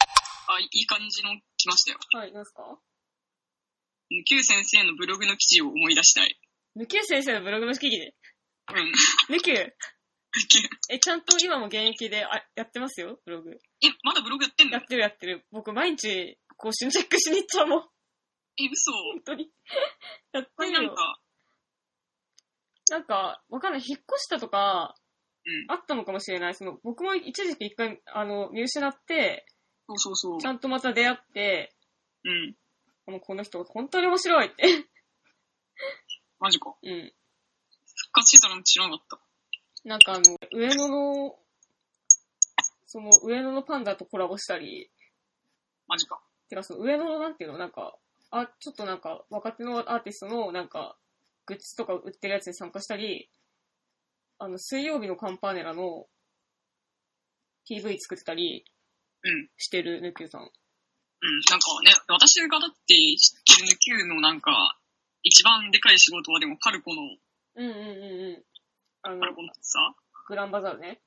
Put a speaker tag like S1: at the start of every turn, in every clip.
S1: あ、いい感じの来ましたよ。
S2: はい、なんすか
S1: ぬきゅう先生のブログの記事を思い出したい。
S2: ぬきゅう先生のブログの記事で。
S1: うん。 ぬ
S2: ぬきゅう。
S1: きゅう
S2: え、ちゃんと今も現役であやってますよ、ブログ。
S1: え、まだブログやってん
S2: や
S1: の
S2: ってるやってる。僕、毎日、更新チェックしに行っちゃうもん。
S1: え、嘘。
S2: 本 当に。やっ
S1: こ
S2: て
S1: れ
S2: る
S1: なん
S2: よ。
S1: か、
S2: なんか、わかんない。引っ越したとか、
S1: うん
S2: あったのかもしれない。その、僕も一時期一回、あの、見失って、
S1: そうそうそう。
S2: ちゃんとまた出会って、
S1: うん。
S2: この、この人、本当に面白いって。
S1: マジか。
S2: うん。
S1: 復活してたの知らなかった。
S2: なんかあの、上野の、その、上野のパンダとコラボしたり、
S1: マジか。
S2: てかその上野のなんていうのなんか、あ、ちょっとなんか、若手のアーティストのなんか、グッズとか売ってるやつに参加したり、あの、水曜日のカンパーネラの PV 作ってたり
S1: うん。
S2: してる、ぬきゅうさん。
S1: うん、なんかね、私がだって知ってるぬきゅうのなんか、一番でかい仕事はでもパルコの、
S2: うんうんうんうん。あの
S1: パ、ルコのさ、
S2: グランバザール ね。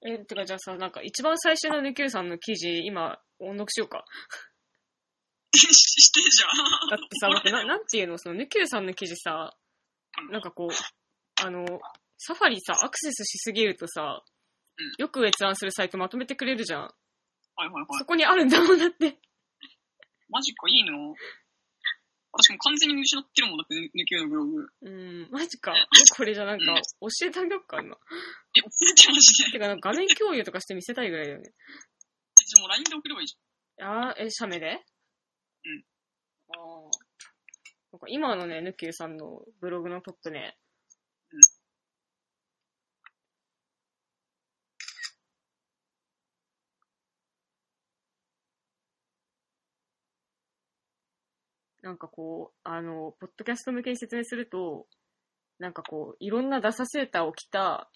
S2: え、てかじゃあさ、なんか一番最初のぬきゅうさんの記事、今、音読しようか。
S1: してるじゃん。
S2: だってさ、僕 ななんていうの、その、ぬきゅうさんの記事さ、なんかこう、あの、サファリさ、アクセスしすぎるとさ
S1: うん、
S2: よく閲覧するサイトまとめてくれるじゃん。
S1: はいはいは
S2: そ
S1: い。
S2: こにあるんだもんだって。
S1: マジか、いいの私も完全に見失ってるもんだって、ぬきゅうのブログ。
S2: うん、マジか。これじゃなんか
S1: うん、
S2: 教えてあげよっか、今。
S1: え、忘れてまして。
S2: てか、なんか画面共有とかして見せたいぐらいだよね。
S1: じゃあ もう LINE で送ればいいじ。
S2: あー、え、写メでうんあー。なんか今のね、ぬきゅうさんのブログのトップね。
S1: うん
S2: なんかこう、あの、ポッドキャスト向けに説明すると、なんかこう、いろんなダサセーターを着た、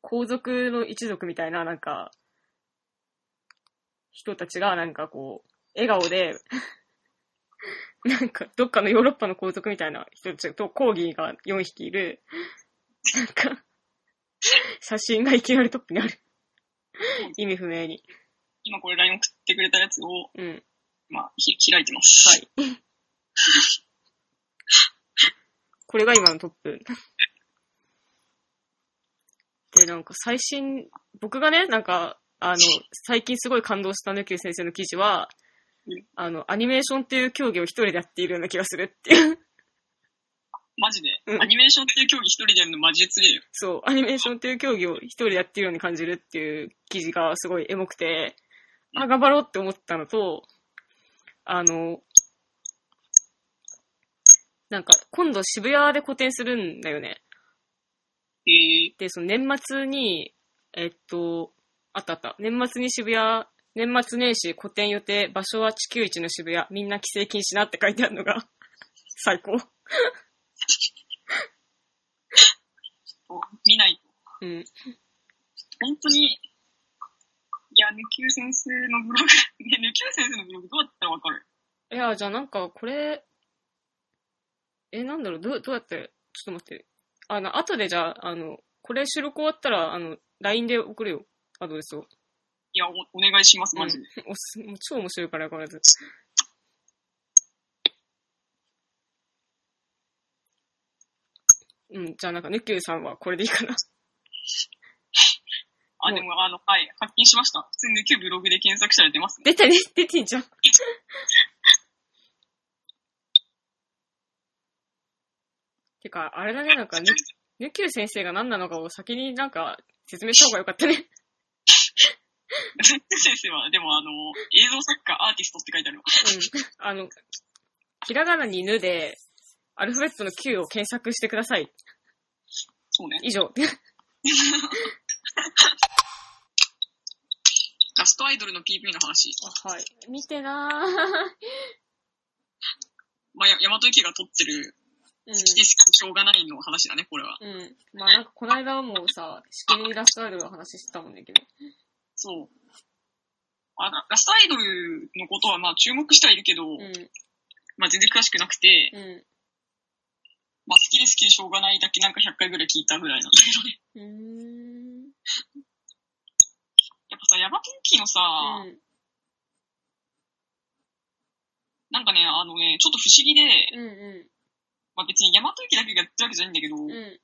S2: 皇族の一族みたいな、なんか、人たちが、なんかこう、笑顔で、 なんか、どっかのヨーロッパの皇族みたいな人たちと、コーギーが4匹いる、なんか、写真がいきなりトップにある。意味不明に。
S1: ゃん。今これ LINE 送ってくれたやつを、
S2: うん。
S1: まあ、ひ開いてます。
S2: はい。これが今のトップ。で、なんか最新、僕がね、なんか、あの、最近すごい感動したぬきゅう先生の記事は
S1: うん、
S2: あの、アニメーションっていう競技を一人でやっているような気がするっていう。
S1: マジで、
S2: うん
S1: アニメーションっていう競技一人でやるのマジで強いよ。
S2: そう、アニメーションっていう競技を一人でやってるように感じるっていう記事がすごいエモくて、あ、頑張ろうって思ったのと、あの、なんか、今度渋谷で個展するんだよね。
S1: へえ
S2: で、その年末に、えっと、あったあった。年末に渋谷、年末年始個展予定、場所は地球一の渋谷、みんな規制禁止なって書いてあるのが、最高。
S1: と、見ないと。
S2: うん。
S1: 本当に、いや、ぬきゅう先生のブログ、 ね、ぬきゅう先生のブログどうやったらわかる
S2: いや、じゃあなんか、これ、え、なんだろう、どう、どうやって、ちょっと待って。あの、後でじゃあ、あの、これ収録終わったら、あの、LINE で送るよ。アドレスを。
S1: いやお、お願いします、マジで。
S2: おす、もう超面白いから、これず。うん、じゃあなんか、ぬきゅうさんはこれでいいかな。
S1: あ、
S2: うん
S1: でも、あの、はい、発見しました。普通にぬきゅうブログで検索したら出ますね。
S2: 出てね、出てんじゃん。てか、あれだね、なん か、ぬ、ぬきゅう先生が何なのかを先になんか説明した方がよかった ね。
S1: 先生は、でもあの、映像作家、アーティストって書いてあるわ。
S2: うん。あの、ひらがなにぬで、アルファベットの Q を検索してください。
S1: そうね。
S2: 以上。
S1: ラストアイドルの PV の話。
S2: あはい。見てなぁ。
S1: まあ、や、大和池が撮ってる、 好きで好きしょうがないの話だね、これは。
S2: うん。うん。まあなんか、この間はもうさ、しきりにラストアイドルの話してたもんだけど。
S1: そう。あララストアイドルのことはまあ注目してはいるけど、
S2: うん。
S1: まあ全然詳しくなくて、
S2: うん。
S1: まあ好きで好きでしょうがないだけなんか100回ぐらい聞いたぐらいなんだけどね。
S2: うーん。
S1: キのさ、
S2: うん。
S1: なんかね、あのね、ちょっと不思議で、
S2: う
S1: まあ別に大和駅だけがやってるわけじゃないんだけど、
S2: んうん。うん。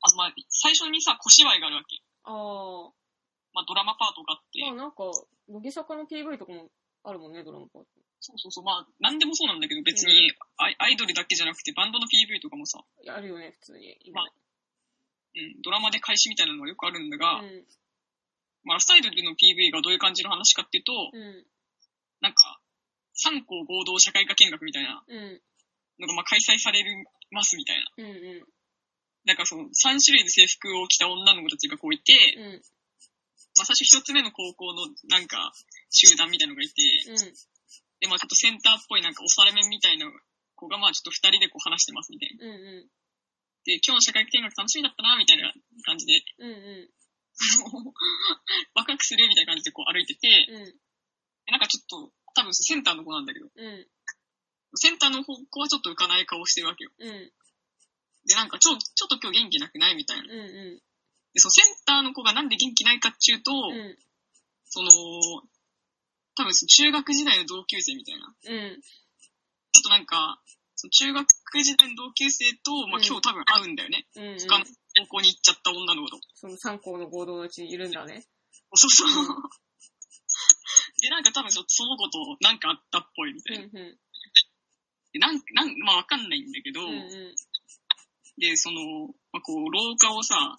S1: あのまあ最初にさ、小芝居があるわけ。
S2: あ
S1: まあドラマパートがあって、
S2: あ。まあなんか、乃木坂の PV とかもあるもんね、ドラマパート。
S1: そうそうそう、まあなんでもそうなんだけど、別にアイアイドルだけじゃなくてバンドの PV とかもさ、
S2: あるよね、普通に。今
S1: まうん、ドラマで開始みたいなのがよくあるんだが、
S2: うん。
S1: まあ、ラストアイドルの PV がどういう感じの話かっていうと、
S2: う。
S1: なんか、3校合同社会科見学みたいなん
S2: うん。
S1: のが、まあ、開催されるますみたいな。
S2: うん。う
S1: なんかその、3種類の制服を着た女の子たちがこういて、
S2: ん。うん。
S1: まあ、最初1つ目の高校のなんか、集団みたいのがいて、で、まあ、ちょっとセンターっぽいなんか、おされ面みたいな子が、まあ、ちょっと2人でこう話してますみたいな。
S2: うん。うん。
S1: で、今日の社会科見学楽しみだったな、みたいな感じで、
S2: うん。うん。
S1: ワクワクするみたいな感じでこう歩いてて、
S2: うん。
S1: なんかちょっと、多分センターの子なんだけど、
S2: うん。
S1: センターの方向はちょっと浮かない顔してるわけよ。
S2: うん。
S1: で、なんかちょ、ちょっと今日元気なくないみたいな。で、
S2: うん。
S1: そのセンターの子がなんで元気ないかっていうと、
S2: うん。
S1: その、多分その中学時代の同級生みたいな。
S2: うん。
S1: ちょっとなんか、その中学時代の同級生と、まあ
S2: うん
S1: 今日多分会うんだよね。
S2: うん。
S1: 他の高校に行っちゃった女の子と。
S2: その3校の合同のうちにいるんだね。。
S1: そうそううん で、なんか多分そその子となんかあったっぽいみた
S2: う
S1: い
S2: ん。
S1: な。
S2: う
S1: でなん、なん、まあわかんないんだけど、
S2: ん。うん。
S1: で、その、まあ、こう、廊下をさ、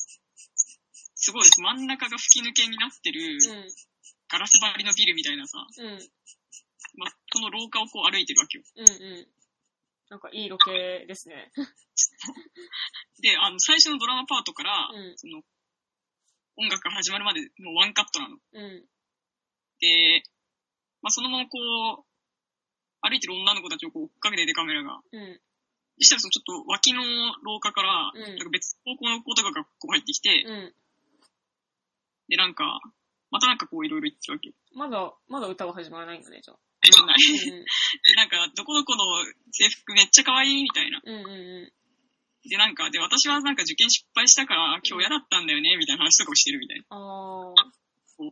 S1: すごい真ん中が吹き抜けになってる、
S2: うん。
S1: ガラス張りのビルみたいなさ、
S2: うん。
S1: まあ、この廊下をこう歩いてるわけよ。
S2: うんうん。なんかいいロケですね。
S1: で、あの、最初のドラマパートから、
S2: うん
S1: その、音楽が始まるまでもうワンカットなの。
S2: うん。
S1: で、まあ、そのままこう、歩いてる女の子たちをこう追っかけててカメラが。
S2: うん。
S1: そしたらそのちょっと脇の廊下から、
S2: うん
S1: なんか別方向の子とかがこう入ってきて、
S2: うん。
S1: で、なんか、またなんかこういろいろ言ってるわけよ。
S2: まだ、まだ歌は始まらないんだね、じゃあ。
S1: で、なんか、どこどこの制服めっちゃ可愛いみたいな。
S2: うんうん。う
S1: で、なんか、で、私はなんか受験失敗したから今日嫌だったんだよね、みたいな話とかをしてるみたいな。
S2: んうん。あ
S1: そう
S2: ー。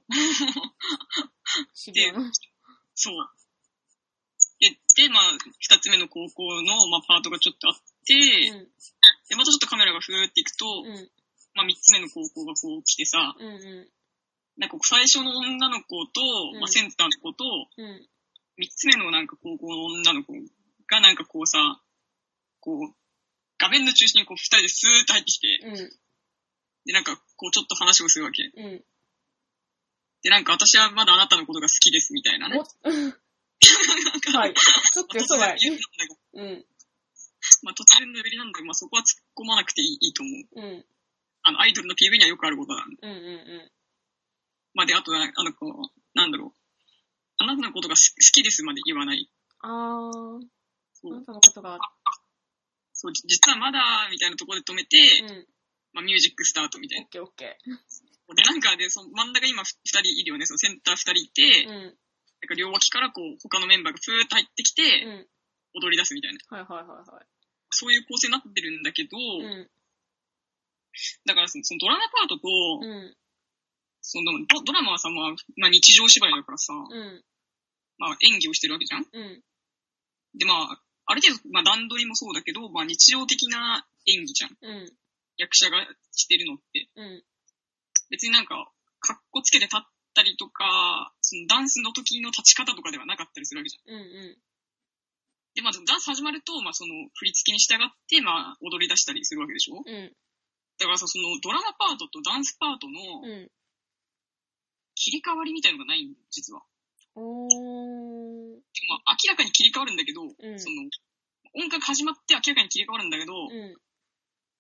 S2: 渋谷の。
S1: そう。で、で、まあ、二つ目の高校の、まあ、パートがちょっとあって、
S2: うん。
S1: で、またちょっとカメラがふーっていくと、
S2: うん。
S1: まあ、三つ目の高校がこう来てさ、
S2: うんう
S1: なんかこう最初の女の子と、
S2: うん
S1: まあ、センターの子と、
S2: ん。うん。
S1: 三つ目のなんか高校の女の子がなんかこうさ、こう、画面の中心にこう二人でスーッと入ってきて、
S2: うん。
S1: で、なんかこうちょっと話をするわけ。
S2: うん。
S1: で、なんか私はまだあなたのことが好きですみたいなね。
S2: おはい。ちょっと予
S1: 突
S2: 想
S1: 然
S2: 外
S1: の。理由なんだけど
S2: うん。
S1: まあ、突然のレベルなんだけど、まあ、そこは突っ込まなくていいいいと思う。
S2: うん。
S1: あの、アイドルの PV にはよくあることなんで。
S2: うんう
S1: まあ、で、あとな、あの、こう、なんだろう。あなたのことがす好きですまで言わない。
S2: んうん。あー。
S1: そ
S2: あな
S1: う、
S2: たのことが、
S1: そうじ実はまだ、みたいなところで止めて、
S2: うん。
S1: まあ、ミュージックスタートみた
S2: オ
S1: い
S2: ッケーオッケ
S1: な。で、なんかで、その真ん中今ふ二人いるよね。そのセンター二人いて、
S2: ー。
S1: なん
S2: うん。
S1: か両脇からこう、他のメンバーがふーっと入ってきて、
S2: うん。
S1: 踊り出すみたいな。
S2: はいはいはいは
S1: そういう構成になってるんだけど、
S2: い。うん。
S1: だからそのそのドラマパートと、
S2: うん。
S1: そのドドラマはさ、まあ、まあ、日常芝居だからさ、
S2: うん。
S1: まあ、演技をしてるわけじゃん
S2: うん。
S1: で、まあ、ある程度、まあ、段取りもそうだけど、まあ、日常的な演技じゃん。
S2: うん。
S1: 役者がしてるのって。
S2: うん。
S1: 別になんか、格好つけて立ったりとか、そのダンスの時の立ち方とかではなかったりするわけじゃん。
S2: うん。う
S1: で、まあ、ダンス始まると、まあ、その、振り付けに従って、まあ、踊り出したりするわけでしょ
S2: ん。うん。
S1: だからさ、その、ドラマパートとダンスパートの
S2: うん。
S1: 切り替わりみたいのがないん実は。
S2: おー。
S1: でまあ、明らかに切り替わるんだけど、
S2: うん
S1: その、音楽始まって明らかに切り替わるんだけど、
S2: うん。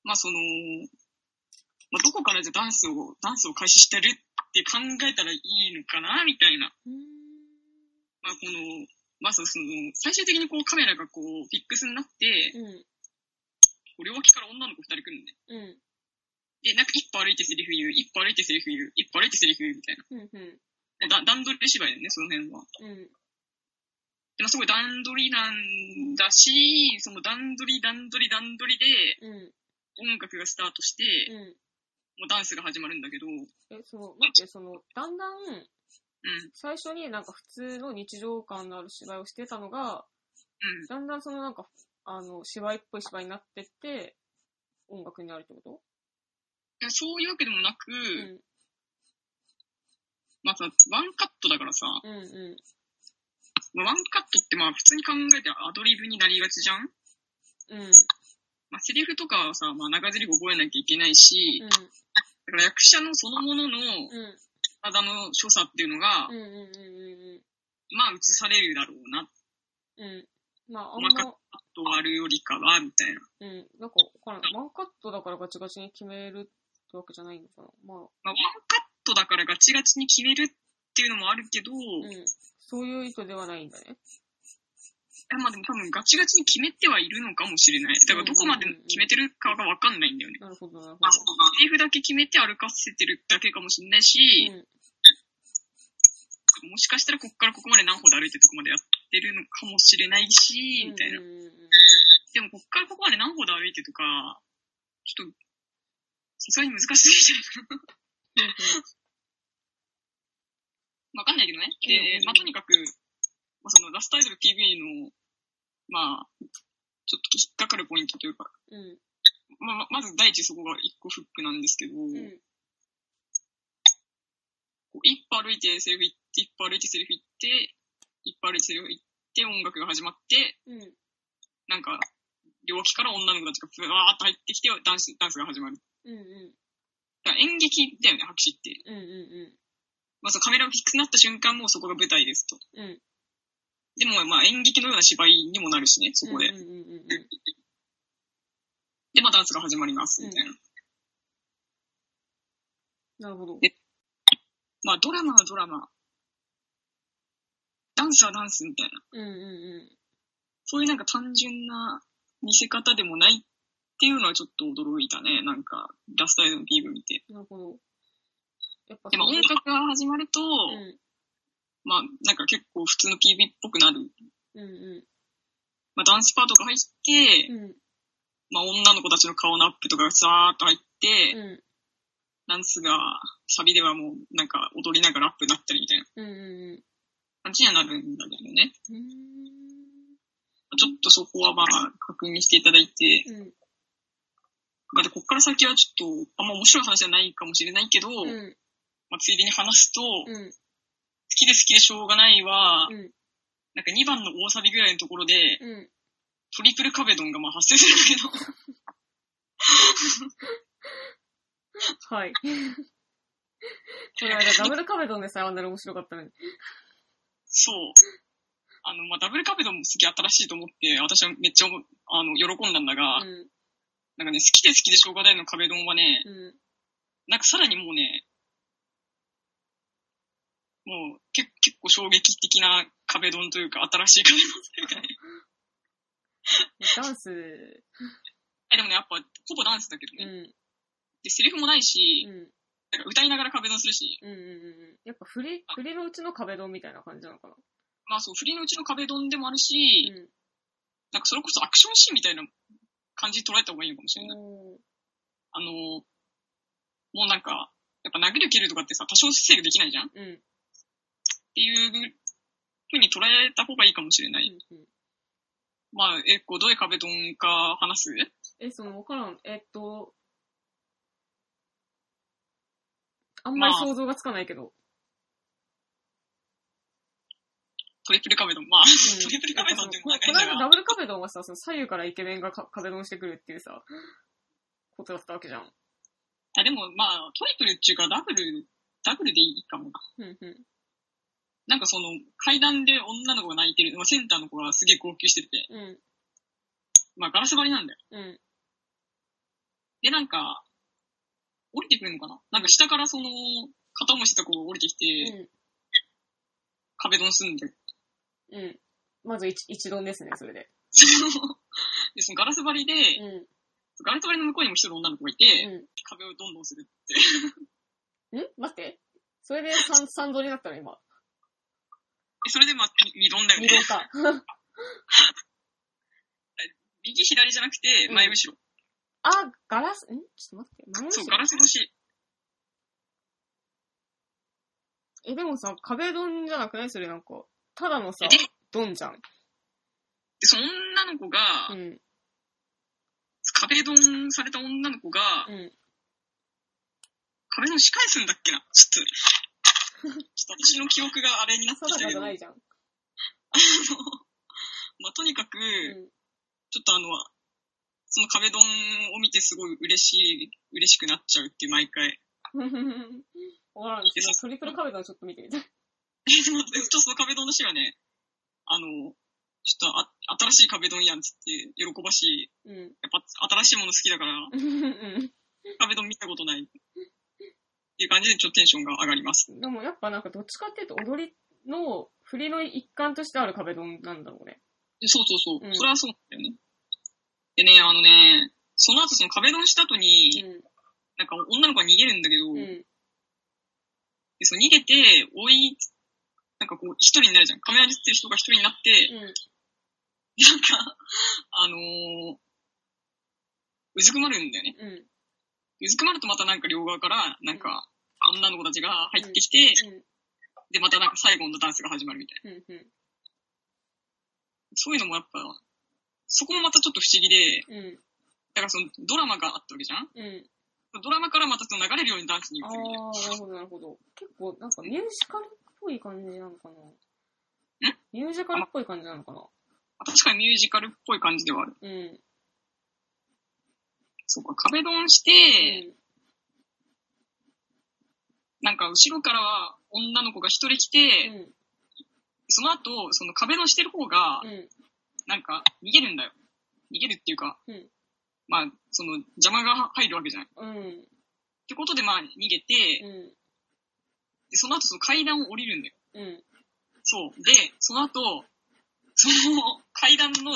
S1: まあその、まあ、どこからじゃダンスを、ダンスを開始してるって考えたらいいのかな、みたいな。
S2: う
S1: まあこの、まずその、最終的にこうカメラがこう、フィックスになって、こ
S2: ん。
S1: う両脇から女の子二人来るんで。
S2: うん。
S1: で、なんか一歩歩いてセリフ言う、一歩歩いてセリフ言う、一歩歩いてセリフ言うみたいな。
S2: うん。うん。
S1: でだ段取り芝居だよね、その辺は。
S2: うん。
S1: でもすごい段取りなんだし、その段取り段取り段取りで
S2: うん。
S1: 音楽がスタートして、
S2: うん。
S1: もうダンスが始まるんだけど、
S2: え、その、待って、その、だんだん、
S1: うん。
S2: 最初になんか普通の日常感のある芝居をしてたのが、
S1: うん。
S2: だんだんそのなんか、あの、芝居っぽい芝居になってって、音楽になるってこと
S1: いやそういうわけでもなく、
S2: うん。
S1: まあさ、ワンカットだからさ、
S2: うんう
S1: まあワンカットってまあ普通に考えてアドリブになりがちじゃん
S2: ん。うん。うん。
S1: まあセリフとかはさ、まあ長セリフ覚えなきゃいけないし、だから役者のそのものの
S2: うん。
S1: 体の所作っていうのが、
S2: うん。うん。うん。
S1: まあ映されるだろうな、
S2: うん。うん。まあ、あん
S1: ワンカッ
S2: ま、
S1: トあるよりかは、みたいな。
S2: うん。なんか、わからん。ワンカットだからガチガチに決めるってわけじゃないのかな。まあ、
S1: まあワンカットだからガチガチに決めるっていうのもあるけど、
S2: う
S1: い
S2: ん。そういう意図ではないんだね。
S1: やまあでも多分ガチガチに決めてはいるのかもしれない。だからどこまで決めてるかがわかんないんだよね。
S2: なるほど、なるほ
S1: まあ、そうかセリフだけ決めて歩かせてるだけかもしれないし、
S2: ど。うん。
S1: もしかしたらここからここまで何歩で歩いてとこまでやってるのかもしれないし、みたいな
S2: う。んうんうんうん
S1: でもここからここまで何歩で歩いてとか、ちょっと、さすがに難しいじゃないかな。わかんないけどね。
S2: うんうん
S1: で、まあ、とにかく、まあ、そのラストアイドル PV の、まあ、ちょっと引っかかるポイントというか、
S2: うん。
S1: まあ、まず第一そこが一個フックなんですけど、
S2: うん。うん。
S1: こう一歩歩いてセリフ行って、一歩歩いてセリフ行って、一歩歩いてセリフ行って、音楽が始まって、
S2: うん。
S1: なんか、両脇から女の子たちがふわーっと入ってきて、ダンス、ダンスが始まる。
S2: うん。うん。
S1: だから演劇だよね、白紙って。
S2: うん。う
S1: まあ、そのカメラがフィックスになった瞬間、もうそこが舞台ですと。
S2: ん。うん。
S1: でも、まあ、演劇のような芝居にもなるしね、そこで。
S2: うんうんうんうんうん。
S1: で、まあ、ダンスが始まります、みたいな。
S2: なるほど。
S1: まあ、ドラマはドラマ。ダンスはダンスみたいな。
S2: うんうんう
S1: そういうなんか単純な見せ方でもないっていうのはちょっと驚いたね。なんか、ラストアイドルの PV 見て。
S2: ん。なるほど。やっぱ
S1: で、まあ音楽が始まると、
S2: うん
S1: まあ、なんか結構普通の PV っぽくなる。
S2: うん
S1: まあ、ダンスパートが入って、
S2: うん。うん
S1: まあ、女の子たちの顔のアップとかがさーっと入って、
S2: うん。
S1: ダンスが、サビではもう、なんか踊りながらアップになったりみたいな
S2: うんうん
S1: 感じにはなるんだけどね。
S2: うん。
S1: ちょっとそこはまあ、確認していただいて、
S2: うん。
S1: まあ、でこっから先はちょっと、あんま面白い話じゃないかもしれないけど、
S2: うん。うん。
S1: まあ、ついでに話すと、
S2: うん。
S1: 好きで好きでしょうがないは、
S2: うん。
S1: なんか2番の大サビぐらいのところで、
S2: うん。
S1: トリプル壁ドンがまあ発生するんだけど、
S2: はい。この間、ダブルカメドンでさ、あんなに面白かったのに。
S1: そう。あの、まあ、ダブル壁ドンもすげえ新しいと思って、私はめっちゃ、あの、喜んだんだが、
S2: うん。
S1: なんかね、好きで好きでしょうがないの壁ドンはね、
S2: う
S1: なんかさらにもうね、もう、け結構衝撃的な壁ドンというか、新しい壁ドン というかね。
S2: ん。ダンス、
S1: えでもね、やっぱ、ほぼダンスだけど
S2: う
S1: ね。
S2: ん。
S1: で、セリフもないし
S2: う、ん。
S1: なんか歌いながら壁ドンするし、
S2: うんうんうん。やっぱ振り、振りのうちの壁ドンみたいな感じなのかな。
S1: まあそう、振りのうちの壁ドンでもある
S2: う
S1: し、
S2: ん。
S1: なんかそれこそアクションシーンみたいな感じで捉えた方がいいのかもしれない。
S2: おー
S1: あのー、もうなんか、やっぱ殴る蹴るとかってさ、多少制御できないじゃんっ
S2: うん。
S1: ていう風に捉えた方がいいかもしれな
S2: う
S1: い。
S2: んうん。
S1: まあ、え、こう、どういう壁ドンか話す
S2: え、その、わからん。えっと、あんまり想像がつかないけど。
S1: トリ プル壁ドン。まあ、 トリプル壁ドンっていうの
S2: こ
S1: は
S2: この
S1: なん
S2: 間
S1: か
S2: ダブルカメドンはさ、その左右からイケメンがか壁ドンしてくるっていうさ、ことだったわけじゃん。
S1: あ、でもまあ、トリプルっていうかダブル、ダブルでいいかもな。
S2: うんうん。
S1: なんかその、階段で女の子が泣いてる、まあ、センターの子がすげえ号泣してて、
S2: うん。
S1: まあ、ガラス張りなんだよ。
S2: うん。
S1: で、なんか、降りてくるのかななんか下からその、片思いしてた子が降りてきて、壁ドンするんだよ。
S2: うん。うん。まず一、一ドンですね、それで。
S1: で、そのガラス張りで、
S2: うん。
S1: ガラス張りの向こうにも一人の女の子がいて、
S2: う
S1: 壁をどんどんする。
S2: ん。ん待って。それで三、三ドンになったの、今。
S1: でそれでまあ、二ドンだよ
S2: 二
S1: ね
S2: ド。ンか。
S1: 右左じゃなくて、前後ろ。
S2: あ、ガラス、んちょっと待って。前後
S1: そう、ガ
S2: ろ
S1: ラス越し。
S2: え、でもさ、壁ドンじゃなくないそれなんか。ただのさ
S1: えで、
S2: ドンじゃん。
S1: で、その女の子が、
S2: うん。
S1: 壁ドンされた女の子が、
S2: うん。
S1: 壁ドン仕返すんだっけなちょっと、ちょっと私の記憶があれになってき
S2: 定
S1: た
S2: か
S1: け
S2: じ
S1: ど、
S2: ゃ
S1: あの、
S2: ないじゃん。
S1: まあ、とにかく、
S2: うん。
S1: ちょっとあの、その壁ドンを見てすごい嬉しい、嬉しくなっちゃうっていう毎回。
S2: わからん けど、トリプル壁ドンちょっと見てみたい。
S1: え、でも、でもちょっとその壁ドンのシーンはね、あの、ちょっとあ新しい壁ドンやんっつって喜ばしい。
S2: うん。
S1: やっぱ新しいもの好きだから、
S2: うん。
S1: 壁ドン見たことない。っていう感じでちょっとテンションが上がります。
S2: でもやっぱなんかどっちかっていうと踊りの振りの一環としてある壁ドンなんだろうね。
S1: そうそうそう。
S2: うん
S1: それはそうなんだよね。でね、あのね、その後その壁ドンした後に、なんか女の子が逃げるんだけど、
S2: うん。う
S1: で
S2: ん。
S1: その逃げて、追い、なんかこう、一人になるじゃん。カメラに映ってる人が一人になって、
S2: うん。
S1: なんか、あのー、うずくまるんだよね。
S2: うん。うん。
S1: うずくまるとまたなんか両側から、なんか、女の子たちが入ってきて、で、またなんか最後のダンスが始まるみたいな。
S2: うん。うん。
S1: そういうのもやっぱ、そこもまたちょっと不思議で、
S2: うん。
S1: だからそのドラマがあったわけじゃん
S2: うん。
S1: ドラマからまたその流れるようにダンスに移
S2: あ
S1: る
S2: あ
S1: みたいな。
S2: ー、なるほど、なるほど。結構、なんかミュージカルっぽい感じなのかな。
S1: ん
S2: ミュージカルっぽい感じなのかな。
S1: 確かにミュージカルっぽい感じではある。
S2: うん。うん
S1: そうか、壁ドンして、なんか後ろからは女の子が一人来
S2: う
S1: て、
S2: ん。
S1: その後、その壁ドンしてる方が、
S2: うん。
S1: なんか逃げるんだよ。逃げるっていうか、
S2: うん
S1: まあ、その邪魔が入るわけじゃない。っ
S2: うん。
S1: てことでまあ逃げて、
S2: うん。
S1: でその後その階段を降りるんだよ。
S2: うん。
S1: そう。で、その後、その階段の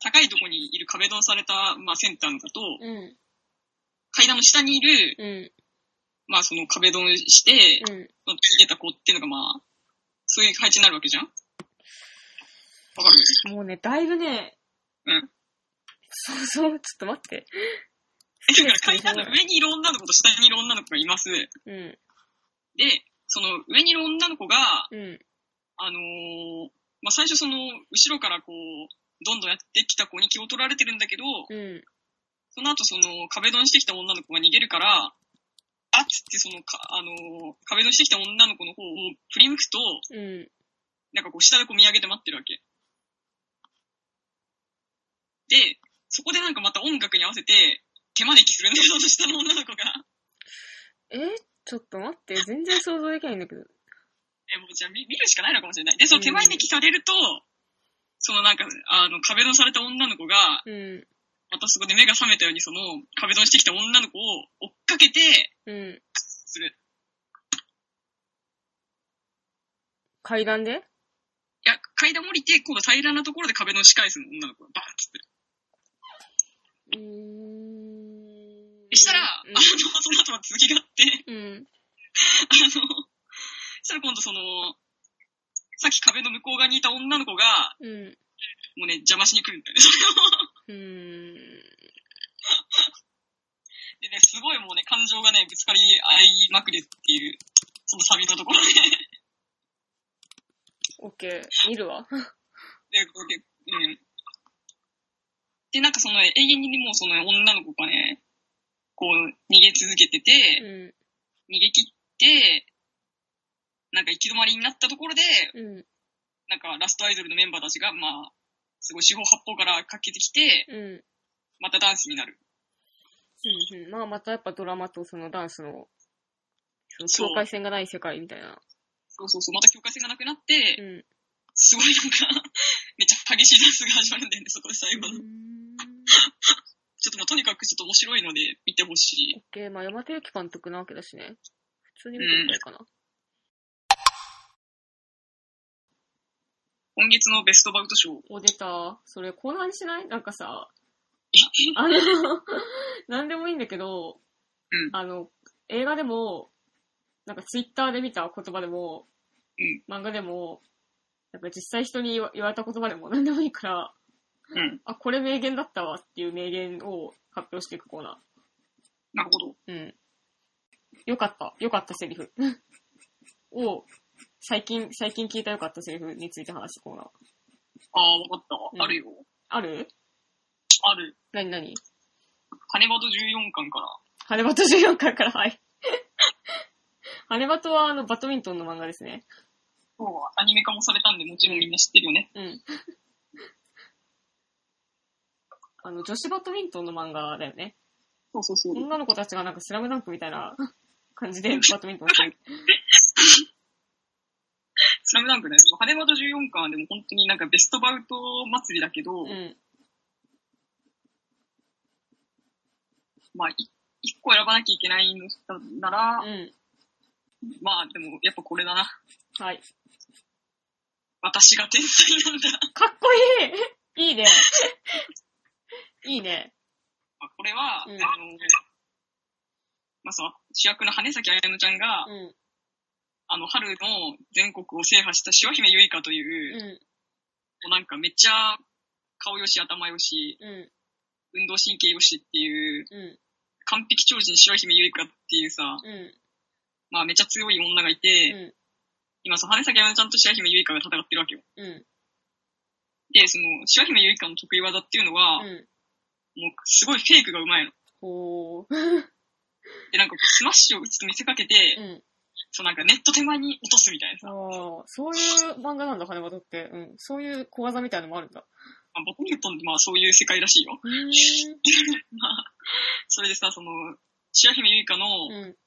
S1: 高いとこにいる壁ドンされた、まあセンターの子と、
S2: うん。
S1: 階段の下にいる、
S2: うん。
S1: まあその壁ドンして、
S2: うん。
S1: 逃げた子っていうのがまあ、そういう配置になるわけじゃんわかる
S2: もうね、だいぶね、
S1: うん。
S2: そうそう、ちょっと待って。
S1: だから階段の上にいる女の子と下にいる女の子がいます。
S2: うん。
S1: で、その上にいる女の子が、
S2: うん。
S1: あのーまあ最初その後ろからこう、どんどんやってきた子に気を取られてるんだけど、
S2: うん。
S1: その後その壁ドンしてきた女の子が逃げるから、あっつってそのか、あのー壁ドンしてきた女の子の方を振り向くと、
S2: うん。
S1: なんかこう下でこう見上げて待ってるわけ。で、そこでなんかまた音楽に合わせて、手招きするんだけど、その下の女の子が。
S2: えちょっと待って、全然想像できないんだけど。
S1: え、もうじゃあ見見るしかないのかもしれない。で、その手招きされると、そのなんか、あの、壁ドンされた女の子が、
S2: うん。
S1: またそこで目が覚めたように、その、壁ドンしてきた女の子を追っかけて、
S2: うん。
S1: する。
S2: 階段で
S1: いや、階段降りて、今度平らなところで壁ドン仕返すの、女の子が。バーンっつって。
S2: うーん。
S1: でしたら、あの、その後は続きがあって、
S2: うん。うん。
S1: あの、そしたら今度その、さっき壁の向こう側にいた女の子が、
S2: うん。
S1: もうね、邪魔しに来るんだよね。それを
S2: うーん。
S1: でね、すごいもうね、感情がね、ぶつかり合いまくるっていう、そのサビのところで、
S2: オッケー。見るわ。
S1: で、こうでうん。で、なんかその、永遠にもうその女の子がね、こう、逃げ続けて
S2: う
S1: て、
S2: ん。
S1: 逃げ切って、なんか行き止まりになったところで、
S2: うん。
S1: なんかラストアイドルのメンバーたちが、まあ、すごい四方八方からかけてきて、
S2: うん。うん
S1: またダンスになる。
S2: うん。まあ、またやっぱドラマとそのダンスの、その
S1: そう
S2: 境界線がない世界みたいな。
S1: そうそうそう、また境界線がなくなっ
S2: う
S1: て、
S2: ん。
S1: すごいなんか、 めっちゃ激しいダンスが始まるんだよね、そこで最後の。ちょっとまあ、とにかくちょっと面白いので、見てほし
S2: オ
S1: い
S2: ッ。ケー。まあ、山手由紀監督なわけだしね。普通に見てみたいかな。
S1: 今月のベストバウト賞。
S2: お、出た。それ、コーナーにしないなんかさ、
S1: え
S2: あの、 なんでもいいんだけど、
S1: うん
S2: あの、映画でも、なんかツイッターで見た言葉でも、
S1: うん
S2: 漫画でも、なんか実際人に言わ言われた言葉でも何でもいいから、
S1: うん。
S2: あ、これ名言だったわっていう名言を発表していくコーナ
S1: なるほど。
S2: ー。うん。よかった。よかったセリフ。を、最近、最近聞いたよかったセリフについて話すコーナー。
S1: ああ、わかった、
S2: うん
S1: あるよ。
S2: ある
S1: ある。
S2: なになに
S1: 金バト14巻から。
S2: 羽バト14巻から、 はい。羽バトはあの、バドミントンの漫画ですね。
S1: そう、アニメ化もされたんで、もちろんみんな知ってるよね。
S2: うん。あの、女子バドミントンの漫画だよね。
S1: そうそうそう。
S2: 女の子たちがなんかスラムダンクみたいな感じでバドミントンしてる。
S1: スラムダンクだよ。羽窓14巻はでも本当になんかベストバウト祭りだけど、
S2: うん。
S1: まあ、い一個選ばなきゃいけないのなら、
S2: う
S1: まあでもやっぱこれだな。
S2: ん。はい。
S1: 私が天才なんだ。
S2: かっこいい いいね。いいね。
S1: まあこれは、
S2: うん
S1: あの、まあその主役の羽崎彩乃ちゃんが、
S2: うん。
S1: あの、春の全国を制覇した塩姫ゆいかという、も
S2: う
S1: うなんかめっちゃ顔よし頭よし、
S2: ん。う
S1: 運動神経よしっていう、
S2: ん。う
S1: 完璧超人塩姫ゆいかっていうさ、
S2: ん。う
S1: まあめっちゃ強い女がいて、
S2: ん。
S1: 今さ、羽崎あやちゃんと白姫ゆいかが戦ってるわけよ。
S2: うん。
S1: で、その、白姫ゆいかの得意技っていうのは、
S2: うん。
S1: もうすごいフェイクがうまいの。
S2: ほー。
S1: で、なんかスマッシュを打つと見せかけて、
S2: うん。
S1: そうなんかネット手前に落とすみたいなさ、ま
S2: ああ、そういう漫画なんだ、羽バトって。うん。そういう小技みたいのもあるんだ。
S1: あ、ボトミントンってまあそういう世界らしいよ。
S2: うーん。
S1: まあ、それでさ、その、白姫ゆいかの、
S2: うん。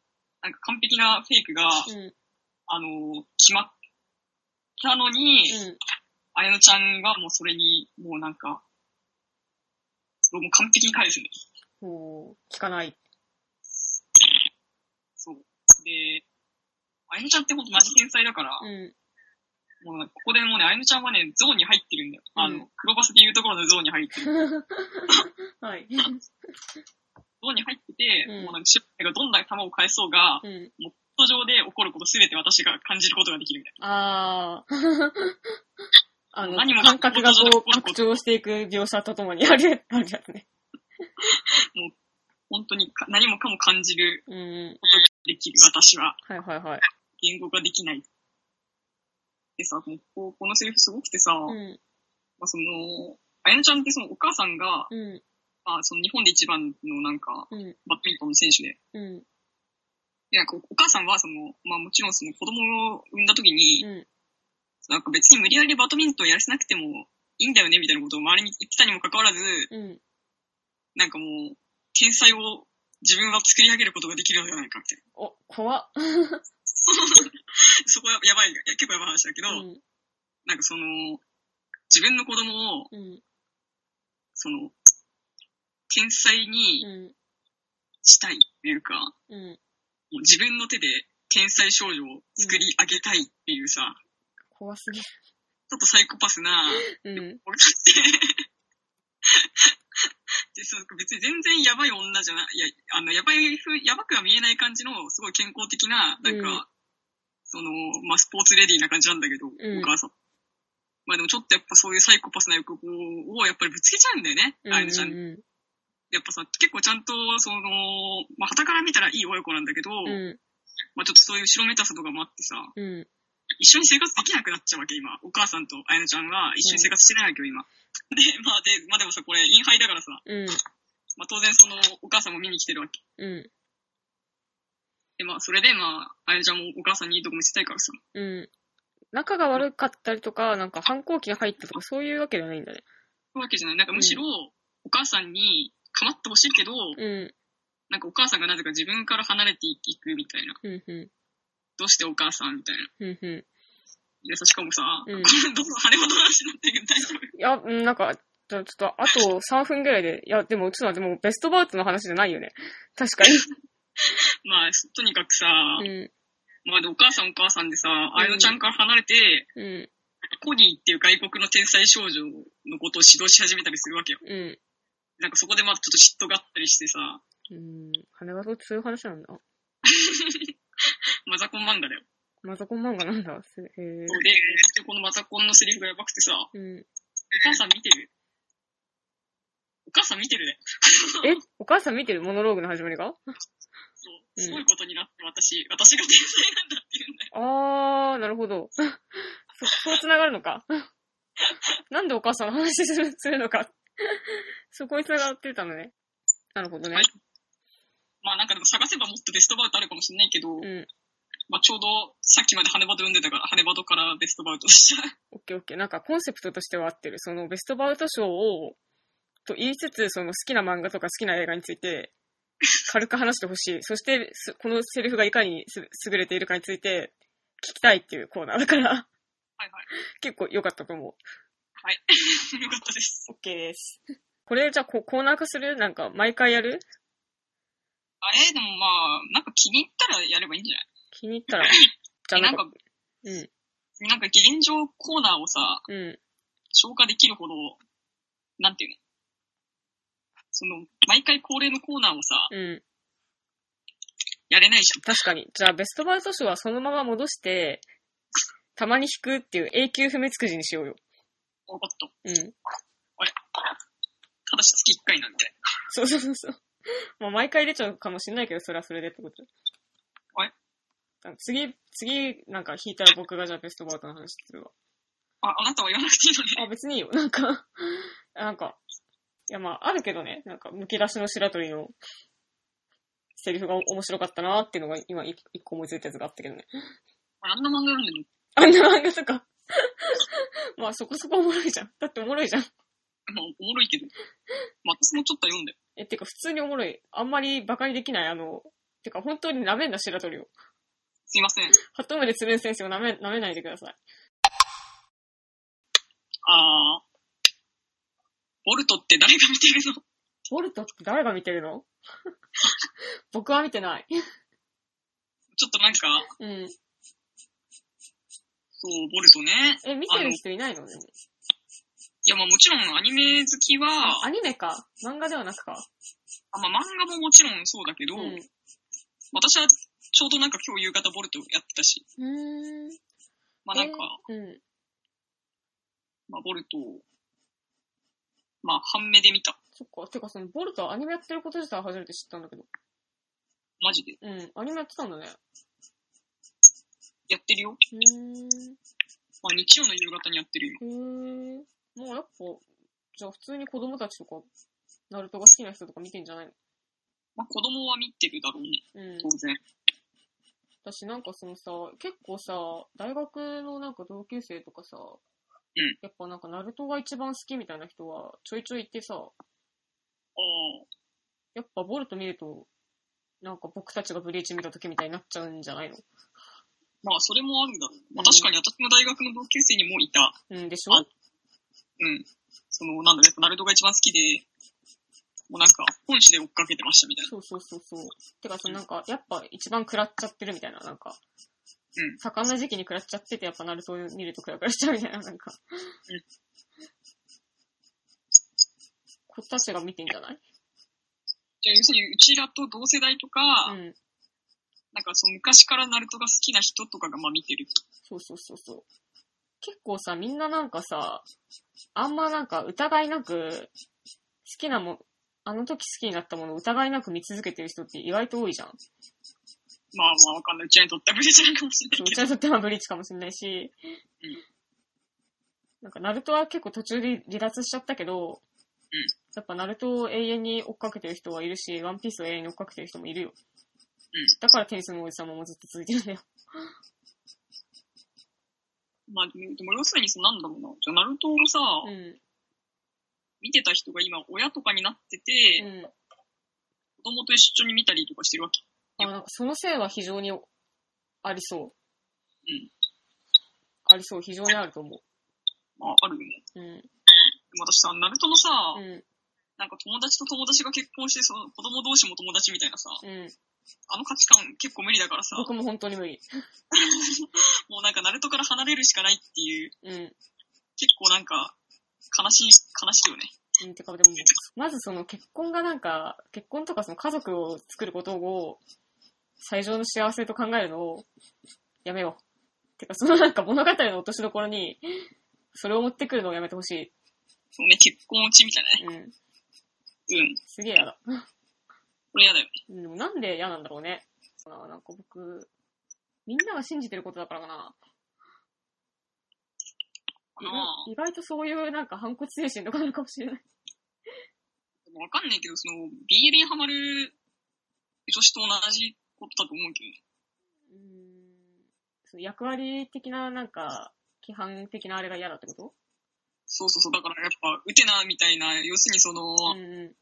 S1: なんか完璧なフェイクが、
S2: うん。
S1: あの、決まったのに、
S2: うん。
S1: あやのちゃんがもうそれに、もうなんか、もう完璧に返すの。
S2: ほー。聞かない。
S1: そう。で、あやのちゃんってほんとマジ天才だから、
S2: うん。
S1: もうなんかここでもうね、あやのちゃんはね、ゾーンに入ってるんだよ。あ
S2: うん
S1: の、黒バスでいうところのゾーンに入って る。
S2: はい。
S1: ゾーンに入ってて、
S2: うん
S1: もうなんか、シュッがどんな球を返そうが、
S2: うん。
S1: 途上で起こることすべて私が感じることができるみたい
S2: ああ。 あの、
S1: 何も
S2: 感覚がこう、拡張していく描写とともにある、 あるやつね。
S1: な。本当にか何もかも感じる
S2: うん。
S1: ことができる私は、
S2: はいはいはい。
S1: 言語ができない。でさ、もうこうこのセリフすごくてさ、ま
S2: うん。
S1: あその、あやのちゃんってそのお母さんが、
S2: うん。
S1: まあその日本で一番のなんか、
S2: うん。
S1: バドミントンの選手で、
S2: うん。
S1: で、なんかおお母さんはその、まあもちろんその子供を産んだ時に、
S2: うん。
S1: なんか別に無理やりバドミントンやらせなくてもいいんだよねみたいなことを周りに言ってたにもかかわらず、
S2: うん。
S1: なんかもう、天才を自分は作り上げることができるのではないかみたいな。
S2: お、怖っ。
S1: そこはやばい、いや結構やばい話だけ
S2: う
S1: ど、
S2: ん。
S1: なんかその、自分の子供を、
S2: うん。
S1: その、天才に
S2: うん。
S1: したいっていうか、
S2: うん。
S1: もう自分の手で天才少女を作り上げたいっていうさ、
S2: 怖すぎる。
S1: ちょっとサイコパスな、
S2: うん。
S1: 俺だって、 でそう別に全然やばい女じゃない、いや、あの、やばいふう、やばくは見えない感じの、すごい健康的な、なんか、
S2: うん
S1: その、まあ、スポーツレディーな感じなんだけど、
S2: ん
S1: お母さん。まあでもちょっとやっぱそういうサイコパスな欲望をやっぱりぶつけちゃうんだよね、
S2: うん。
S1: あゆのちゃん。
S2: う
S1: やっぱさ、結構ちゃんと、その、まあ、傍から見たらいい親子なんだけど、
S2: ん。
S1: まあちょっとそういう後ろめたさとかもあってさ、
S2: うん。
S1: 一緒に生活できなくなっちゃうわけ、今。お母さんとあやのちゃんが一緒に生活してないわけよ、今。で、まあ、で、まあでもさ、これ、インハイだからさ、
S2: うん。
S1: まあ当然その、お母さんも見に来てるわけ。
S2: うん。
S1: で、まあ、それで、まあ、あやのちゃんもお母さんにいいとこ見せたいからさ。
S2: うん。仲が悪かったりとか、なんか反抗期が入ったとか、そういうわけではないんだね。
S1: そういうわけじゃない。なんかむしろ、お母さんに構ってほしいけど、
S2: う
S1: なんかお母さんがなぜか自分から離れていくみたいな。
S2: ん。うん。う
S1: どうしてお母さんみたいな。
S2: ん。うん。うん。
S1: でさ、しかもさ、
S2: うん
S1: これどうぞ羽元の話になってるけど大丈夫。
S2: いや、うんなんか、ちょっと、あと3分ぐらいで、いや、でも、ちょっと待って、もうベストバウトの話じゃないよね。確か
S1: まあ、とにかくさ、
S2: に。う
S1: まあでお母さんお母さんでさ、あやのちゃんから離れて、
S2: ん、う
S1: コニーっていう外国の天才少女のことを指導し始めたりするわけよ。
S2: ん、う
S1: なんかそこでまあちょっと嫉妬があったりしてさ、
S2: ん。うん。羽がそういう話なんだ。
S1: マザコン漫画だよ。
S2: マザコン漫画なんだ。すへえ。
S1: そうで、でこのマザコンのセリフがやばくてさ、お
S2: うん。
S1: 母さん見てるお母さん見てるね。
S2: えお母さん見てるモノローグの始まりが
S1: そう。
S2: うん
S1: すごいことになって私、私が天才なんだって言うんだよ。
S2: あー、なるほど。 そ、そう繋がるのか。 なんでお母さんの話するするのか。 そこに繋がってたのね。なるほどね。
S1: まあなんかでも探せばもっとベストバウトあるかもしれないけど、
S2: うん。
S1: まあちょうどさっきまで羽バド読んでたから、羽バドからベストバウ トした。
S2: オッケーオッケー。なんかコンセプトとしては合ってる。そのベストバウト賞を、と言いつつ、その好きな漫画とか好きな映画について、軽く話してほしい。 そして、すこのセリフがいかにす優れているかについて、聞きたいっていうコーナーだから、
S1: はいはい。
S2: 結構良かったと思う。
S1: はい。よかったです。
S2: オッケーです。これじゃあこコーナー化するなんか毎回やる
S1: あえーでもまあ、なんか気に入ったらやればいいんじゃない
S2: 気に 入ったら。じゃあ
S1: え
S2: な
S1: なんん
S2: か
S1: か、、
S2: うん、
S1: なんか現状コーナーをさ、
S2: うん、
S1: 消化できるほど、なんていうのその、毎回恒例のコーナーをさ、
S2: うん。
S1: やれないじ
S2: 確かに。じゃあベストバウト賞はそのまま戻して、たまに引くっていう永久不滅くじにしようよ。
S1: ゃん。分かった。
S2: うん。
S1: ただし月1回なんで。
S2: そうそうそうそう。まあ毎回出ちゃうかもしれないけど、それはそれでってこと。
S1: はい
S2: あの。次、次、なんか引いたら僕がじゃあベストバウトの話するわ。
S1: あ、あなたは言わなくていいのね。
S2: あ、別にいいよ。なんか、なんか、いやまああるけどね、なんか、むき出しの白鳥のセリフが面白かったなーっていうのが今一一個思いついたやつがあったけどね。
S1: あんな漫画読んでる
S2: あんな漫画とか。まあそこそこおもろいじゃん。だっておもろいじゃん。
S1: の、まあ、おもろいけど。まあ、私もちょっと読んで。
S2: え、てか普通におもろい。あんまりバカにできない、あの、てか本当に舐めんな白鳥を。
S1: すいません。
S2: 鳩村つるん先生を舐め、舐めないでください。
S1: あー。ボルトって誰が見てるの
S2: ボルトって誰が見てるの 僕は見てない。
S1: ちょっとなんか、
S2: うん。
S1: そう、ボルトね。
S2: え、見てる人いないのでも
S1: いや、まあもちろんアニメ好きは、
S2: アニメか。漫画ではなくか。
S1: あまあ漫画ももちろんそうだけど、
S2: うん。
S1: 私はちょうどなんか今日夕方ボルトやってたし、
S2: うーん。
S1: まあなんか、
S2: えーうん。
S1: まあボルトを、まあ半目で見た。
S2: そっか。てか、その、ボルトアニメやってること自体初めて知ったんだけど。
S1: マジで。
S2: うん。アニメやってたんだね。
S1: やってるよ。
S2: うー
S1: まあ日曜の夕方にやってるよ。
S2: ん。へえ。もうやっぱ、じゃあ普通に子供たちとか、ナルトが好きな人とか見てんじゃないの
S1: まあ子供は見てるだろうね、
S2: うん。
S1: 当然。
S2: 私なんかそのさ、結構さ、大学のなんか同級生とかさ、
S1: ん
S2: やっぱなんかナルトが一番好きみたいな人はちょいちょいいてさ、
S1: ああ、
S2: やっぱボルト見ると、なんか僕たちがブリーチ見た時みたいになっちゃうんじゃないの
S1: まあそれもあるだろう。ま
S2: うん
S1: あ確かに私の大学の同級生にもいた。
S2: うんでし
S1: あ
S2: ょ
S1: うん。その、なんだろう、やっぱナルトが一番好きで、もうなんか、本誌で追っかけてましたみたいな。
S2: そうそうそうそう。てかそのなんか、やっぱ一番食らっちゃってるみたいな、なんか。
S1: うん
S2: 盛んな時期に食らっちゃってて、やっぱナルトを見るとクラクラしちゃうみたいな、なんか。
S1: うん
S2: 子たちが見てんじゃない
S1: じゃあ要するに、うちらと同世代とか、
S2: うん。
S1: なんかその昔からナルトが好きな人とかがまあ見てる。
S2: そうそうそうそう。結構さ、みんななんかさ、あんまなんか疑いなく、好きなもん、あの時好きになったものを疑いなく見続けてる人って意外と多いじゃん。
S1: まあまあわかんない。うちらにとっては無理じゃないかもしれな
S2: そう
S1: いうけ
S2: ち
S1: ど。
S2: はとってはブリーチかもしんないし
S1: うん、
S2: なんかナルトは結構途中で離脱しちゃったけど、
S1: うん
S2: やっぱナルトを永遠に追っかけてる人はいるし、ワンピースを永遠に追っかけてる人もいるよ。
S1: うん
S2: だからテニスの王子様もずっと続いてるんだよ。
S1: まあでもでも要するにそのなんだろうな。じゃあナルトをさ、
S2: うん。
S1: 見てた人が今親とかになってて、
S2: うん。
S1: 子供と一緒に見たりとかしてるわけ。
S2: あなんかそのせいは非常にあり
S1: う
S2: そう。
S1: ん。
S2: ありそう、非常にあると思
S1: まああるよね。
S2: う。うん。
S1: でも私さ、ナルトのさ、
S2: うん。
S1: なんか友達と友達が結婚して、その子供同士も友達みたいなさ、
S2: うん。
S1: あの価値観結構無理だからさ、
S2: 僕も本当に無理。
S1: もうなんかナルトから離れるしかないっていう、
S2: うん。
S1: 結構なんか、悲しい、悲しいよね。
S2: うん、てか、でも、まずその結婚がなんか、結婚とかその家族を作ることを、最上の幸せと考えるのを、やめよう。てか、そのなんか物語の落としどころに、それを持ってくるのをやめてほしい。
S1: そうね、結婚落ちみたいなね。
S2: う
S1: う
S2: ん。
S1: ん。
S2: すげえ嫌だ。
S1: これ嫌だよね。
S2: うんでもなんで嫌なんだろうね。ななんか僕、みんなが信じてることだからかな。
S1: かな
S2: 意意外とそういうなんか反骨精神とかあるかもしれない。
S1: でもわかんないけど、その、BL にハマる女子と同じことだと思うけどね。
S2: うーんその役割的ななんか、規範的なあれが嫌だってこと
S1: そうそうそう。だからやっぱ、ウテナみたいな、要するにその、
S2: う
S1: お
S2: んう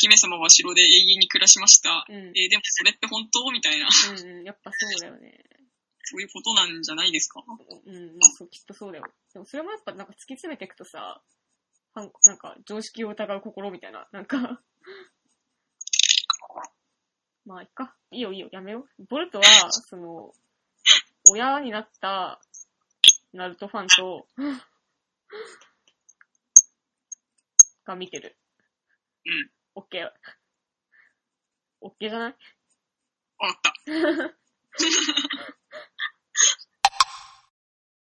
S1: 姫様は城で永遠に暮らしました。
S2: ん。うん
S1: えーでもそれって本当みたいな、
S2: うんうん。やっぱそうだよね。
S1: そういうことなんじゃないですか
S2: うん、まあそう、きっとそうだよ。でもそれもやっぱなんか突き詰めていくとさ、反なんか常識を疑う心みたいな、なんか。まあ、いっか。いいよいいよ、やめよう。ボルトは、その、親になった、ナルトファンと、 が見てる。
S1: うん。
S2: オッケー。オッケーじゃない
S1: わかった。